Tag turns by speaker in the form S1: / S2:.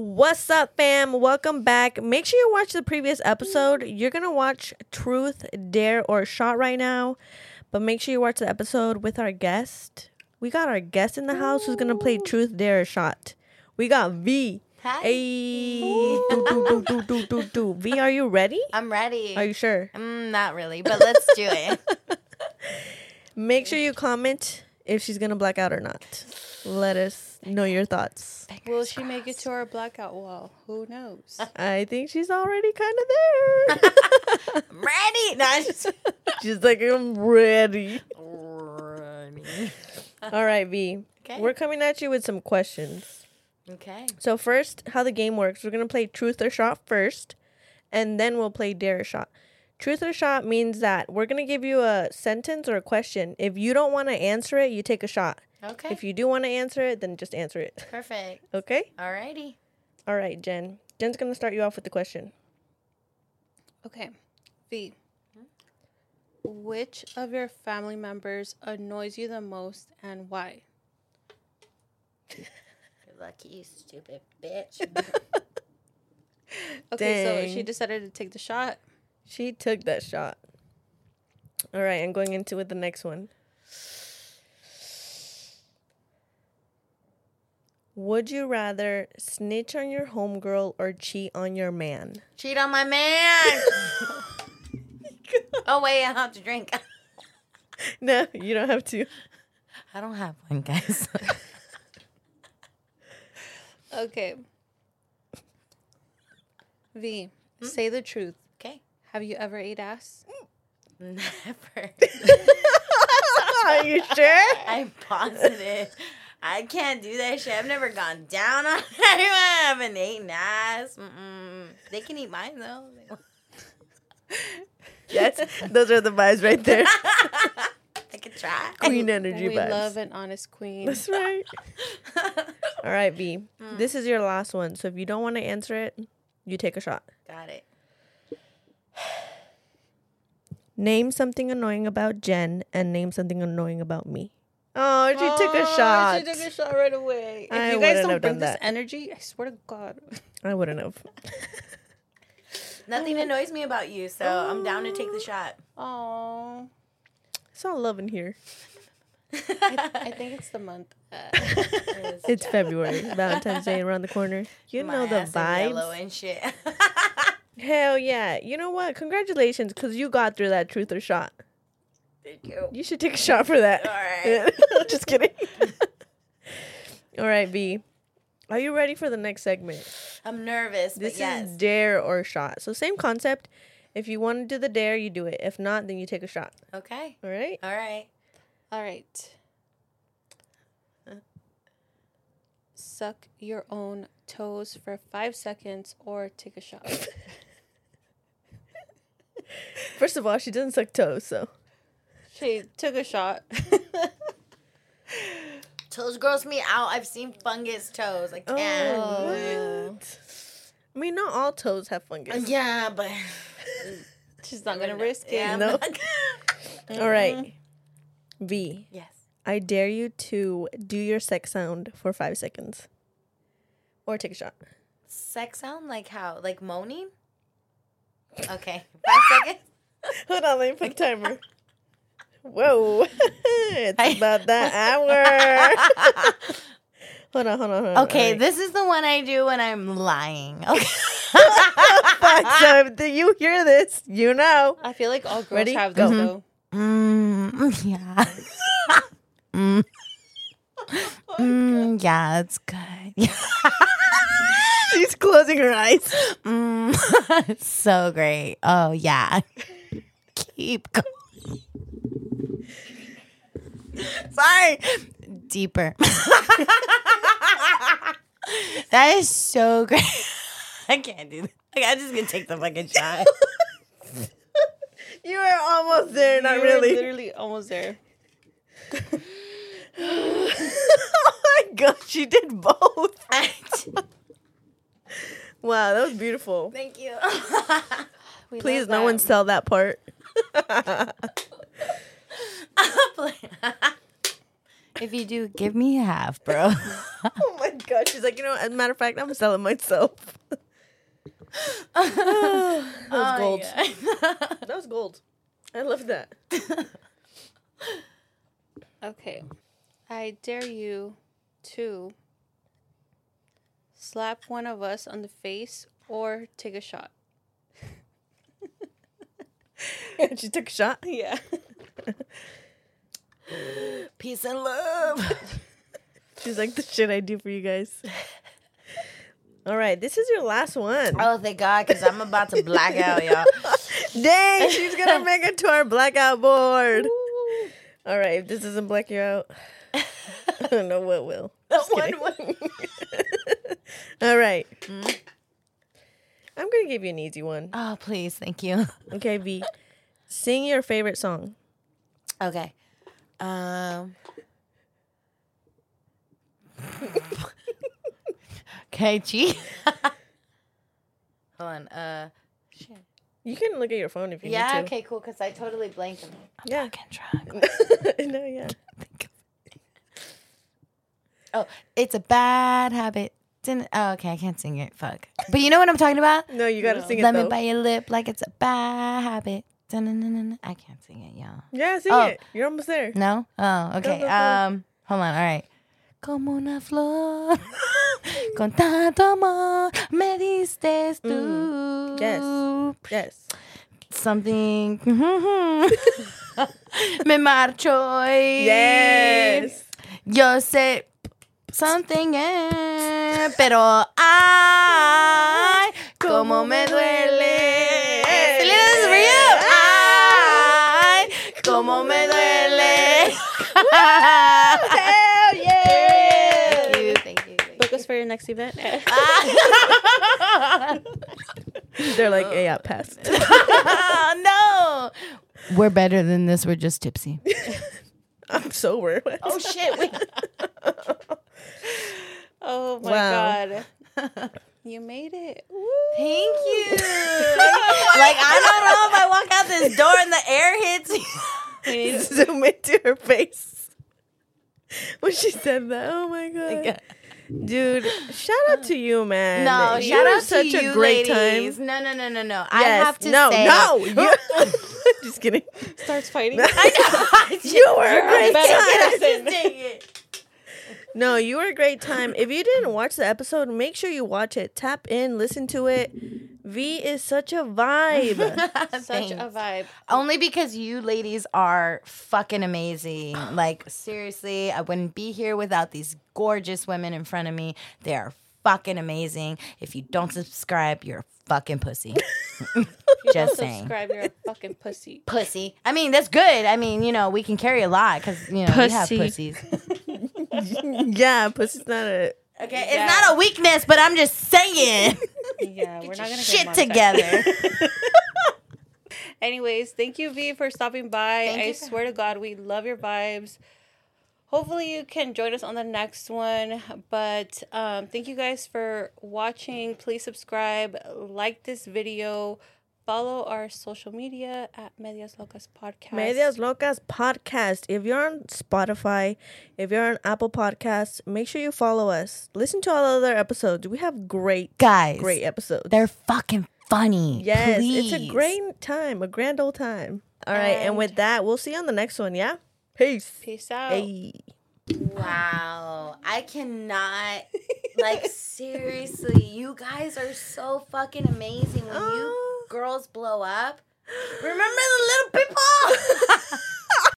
S1: What's up, fam? Welcome back. Make sure you watch the previous episode. You're going to watch Truth, Dare, or Shot right now. But make sure you watch the episode with our guest. We got our guest in the house who's going to play Truth, Dare, or Shot. We got V.
S2: Hi.
S1: Hey. Do, do, do, do, do, do, do. V, are you ready?
S2: I'm ready.
S1: Are you sure?
S2: Mm, not really, but let's do it.
S1: Make sure you comment if she's going to black out or not. Let us know your thoughts.
S3: Will she make it to our blackout wall? Who knows?
S1: I think she's already kind of there.
S2: I'm ready. No, I'm just
S1: she's like, I'm ready.
S2: ready.
S1: All right, V.
S2: Okay.
S1: We're coming at you with some questions.
S2: Okay.
S1: So first, how the game works. We're gonna play truth or shot first, and then we'll play dare or shot. Truth or shot means that we're gonna give you a sentence or a question. If you don't want to answer it, you take a shot.
S2: Okay.
S1: If you do want to answer it, then just answer it.
S2: Perfect.
S1: Okay.
S2: Alrighty.
S1: All right, Jen. Jen's gonna start you off with the question.
S3: Okay. V. Which of your family members annoys you the most and why?
S2: You're lucky, you stupid bitch.
S3: Okay, so she
S1: Dang.
S3: decided to take the shot.
S1: She took that shot. All right, I'm going into with the next one. Would you rather snitch on your homegirl or cheat on your man?
S2: Cheat on my man. oh wait, I have to drink.
S1: No, you don't have to.
S2: I don't have one, guys.
S3: Okay. V.
S1: Hmm?
S3: Say the truth.
S2: okay.
S3: Have you ever ate ass?
S2: Never.
S1: Are you sure?
S2: I'm positive. I can't do that shit. I've never gone down on anyone. I haven't eaten ass. Mm-mm. They can eat mine though.
S1: Yes, those are the vibes right there.
S2: I could try.
S1: Queen energy
S3: we
S1: vibes.
S3: love an honest queen.
S1: That's right. All right, V.
S3: Uh.
S1: This is your last one. So if you don't want to answer it, you take a shot.
S2: Got it.
S1: Name something annoying about Jen and name something annoying about me. Oh, she took a
S3: Oh,
S1: shot.
S3: She took a shot right away. If
S1: I
S3: you
S1: wouldn't
S3: guys
S1: have
S3: don't
S1: done
S3: bring this
S1: that.
S3: energy, I swear to God.
S1: I wouldn't have.
S2: Nothing annoys me about you, so I'm down to take the shot.
S3: Oh,
S1: It's all love in here.
S3: I think it's the month. Uh,
S1: It's February, Valentine's Day around the corner. You
S2: My
S1: know the
S2: ass is Yellow
S1: vibes.
S2: and shit.
S1: Hell yeah! You know what? Congratulations, cause you got through that truth or shot.
S2: Thank you.
S1: You should take a shot for that.
S2: All right.
S1: Just kidding. all right, V. Are you ready for the next segment?
S2: I'm nervous, but
S1: This
S2: yes.
S1: is dare or shot. So same concept. If you want to do the dare, you do it. If not, then you take a shot.
S2: okay.
S1: All right.
S2: All right.
S3: All right. Suck your own toes for five seconds or take a shot.
S1: First of all, she doesn't suck toes, so
S3: she took a shot.
S2: Toes gross me out. I've seen fungus toes. I can't.
S3: Oh,
S1: what? I mean, not all toes have fungus.
S2: Yeah, but
S3: She's not gonna risk it.
S2: Yeah, I'm
S1: No.
S2: not-
S1: All right. V,
S2: yes.
S1: I dare you to do your sex sound for five seconds, or take a shot.
S2: Sex sound like how? Like moaning? Okay. Five seconds.
S1: Hold on, let me put the timer. Whoa, it's about that hour. hold on, hold on, hold on.
S2: Okay,
S1: All right.
S2: this is the one I do when I'm lying. Okay.
S1: Fuck, so if th- you hear this, you know.
S3: I feel like all girls
S1: Ready?
S3: have
S1: Go.
S3: this though.
S2: Mm, yeah. mm.
S1: Oh
S2: Mm, yeah, it's good.
S1: She's closing her eyes.
S2: mm. it's so great. Oh, yeah. Keep going. Sorry. Deeper. that is so great. I can't do that. Like, I'm just going to take the fucking shot.
S1: You are almost there, not
S3: You were
S1: really.
S3: Literally almost there.
S1: oh my god, she did both. Wow, that was beautiful.
S2: Thank you.
S3: We
S1: Please,
S3: love
S1: no
S3: that.
S1: one sell that part.
S2: if you do, give me half, bro.
S1: oh my god, she's like, you know, as a matter of fact, I'm selling myself. that was
S2: Oh,
S1: gold.
S2: yeah.
S1: That was gold. I love that.
S3: Okay. I dare you to slap one of us on the face or take a shot.
S1: she took a shot.
S3: Yeah.
S2: Peace and love.
S1: She's like, the shit I do for you guys. All right, this is your last one.
S2: Oh, thank God, because I'm about to black out, y'all.
S1: Dang, she's gonna make it to our blackout board. All right, if this doesn't black you out, I don't know what will. Just
S2: one
S1: kidding. All right. I'm gonna give you an easy one.
S2: Oh, please, thank you.
S1: Okay, V. Sing your favorite song.
S2: Okay. Um. okay, G. Hold on. Uh. Shit.
S1: You can look at your phone if you
S2: Yeah.
S1: need to.
S2: Okay. Cool. Cause I totally blanked. I'm
S1: Yeah.
S2: fucking drunk.
S1: no, yeah.
S2: Oh, it's a bad habit. Didn't, oh, okay. I can't sing it. Fuck. But you know what I'm talking about.
S1: No, you gotta
S3: No.
S1: sing it
S2: Let
S1: though.
S2: me bite your lip like it's a bad habit. Dun-dun-dun-dun. I can't sing it, y'all.
S1: yeah, sing
S2: Oh.
S1: it. You're almost there.
S2: No? Oh, okay.
S1: go, go.
S2: Um, hold on. All right. Como una flor, con tanto amor, me diste tú.
S1: Mm, Yes. Yes.
S2: Something. me marcho. y-
S1: Yes.
S2: Yo sé something, eh, pero ay, como me duele. Selena, this is for you. Ay, como me duele. Hell yeah! Thank you, thank you. Thank you.
S3: Book us for your next event.
S2: Ah.
S1: They're
S2: Oh.
S1: like, yeah, yeah, passed.
S2: Ah, no, we're better than this. We're just tipsy.
S1: I'm sober.
S2: Oh shit! Wait.
S3: oh my
S1: Wow.
S3: god. You made it.
S2: Thank you. like I don't know if I walk out this door and the air hits.
S1: Zoom into her face when she said that. Oh my god. Dude, shout out to you, man.
S2: No,
S1: you
S2: shout
S1: had
S2: out
S1: such
S2: to
S1: a
S2: you,
S1: great
S2: ladies.
S1: time.
S2: No, no, no, no, no. I
S1: Yes.
S2: have to
S1: no,
S2: say,
S1: no. You- just kidding.
S3: Starts fighting.
S1: you were a great
S3: better
S1: time.
S3: person.
S1: No, you were a great time. If you didn't watch the episode, make sure you watch it. Tap in, listen to it. V is such a vibe.
S3: Such a vibe.
S2: Only because you ladies are fucking amazing. Like seriously, I wouldn't be here without these gorgeous women in front of me. They are fucking amazing. If you don't subscribe, you're a fucking pussy.
S3: You
S2: Just
S3: don't
S2: saying.
S3: subscribe, you're a fucking pussy.
S2: Pussy. I mean, that's good. I mean, you know, we can carry a lot because you know we have
S3: Pussy.
S2: pussies.
S1: yeah, pussy's not a.
S2: Okay, it's
S3: Yeah.
S2: not a weakness, but I'm just saying.
S3: Yeah, we're not gonna get
S2: Shit
S3: monetized.
S2: together.
S3: Anyways, thank you, V, for stopping by.
S2: Thank
S3: I
S2: you for-
S3: swear to God, we love your vibes. Hopefully, you can join us on the next one. But um, thank you guys for watching. Please subscribe, like this video, follow our social media at Medias Locas Podcast.
S1: Medias Locas podcast. If you're on Spotify, if you're on Apple Podcasts, make sure you follow us. Listen to all the other episodes. We have great,
S2: Guys,
S1: great episodes.
S2: they're fucking funny.
S1: Yes, it's a
S2: Please.
S1: great time, a grand old time. All right, and,
S3: And-
S1: with that, we'll see you on the next one. Yeah, peace.
S3: Peace out.
S1: Hey.
S2: Wow. I cannot. Like, seriously, you
S1: Oh.
S2: guys are so fucking amazing. When you girls blow up, remember the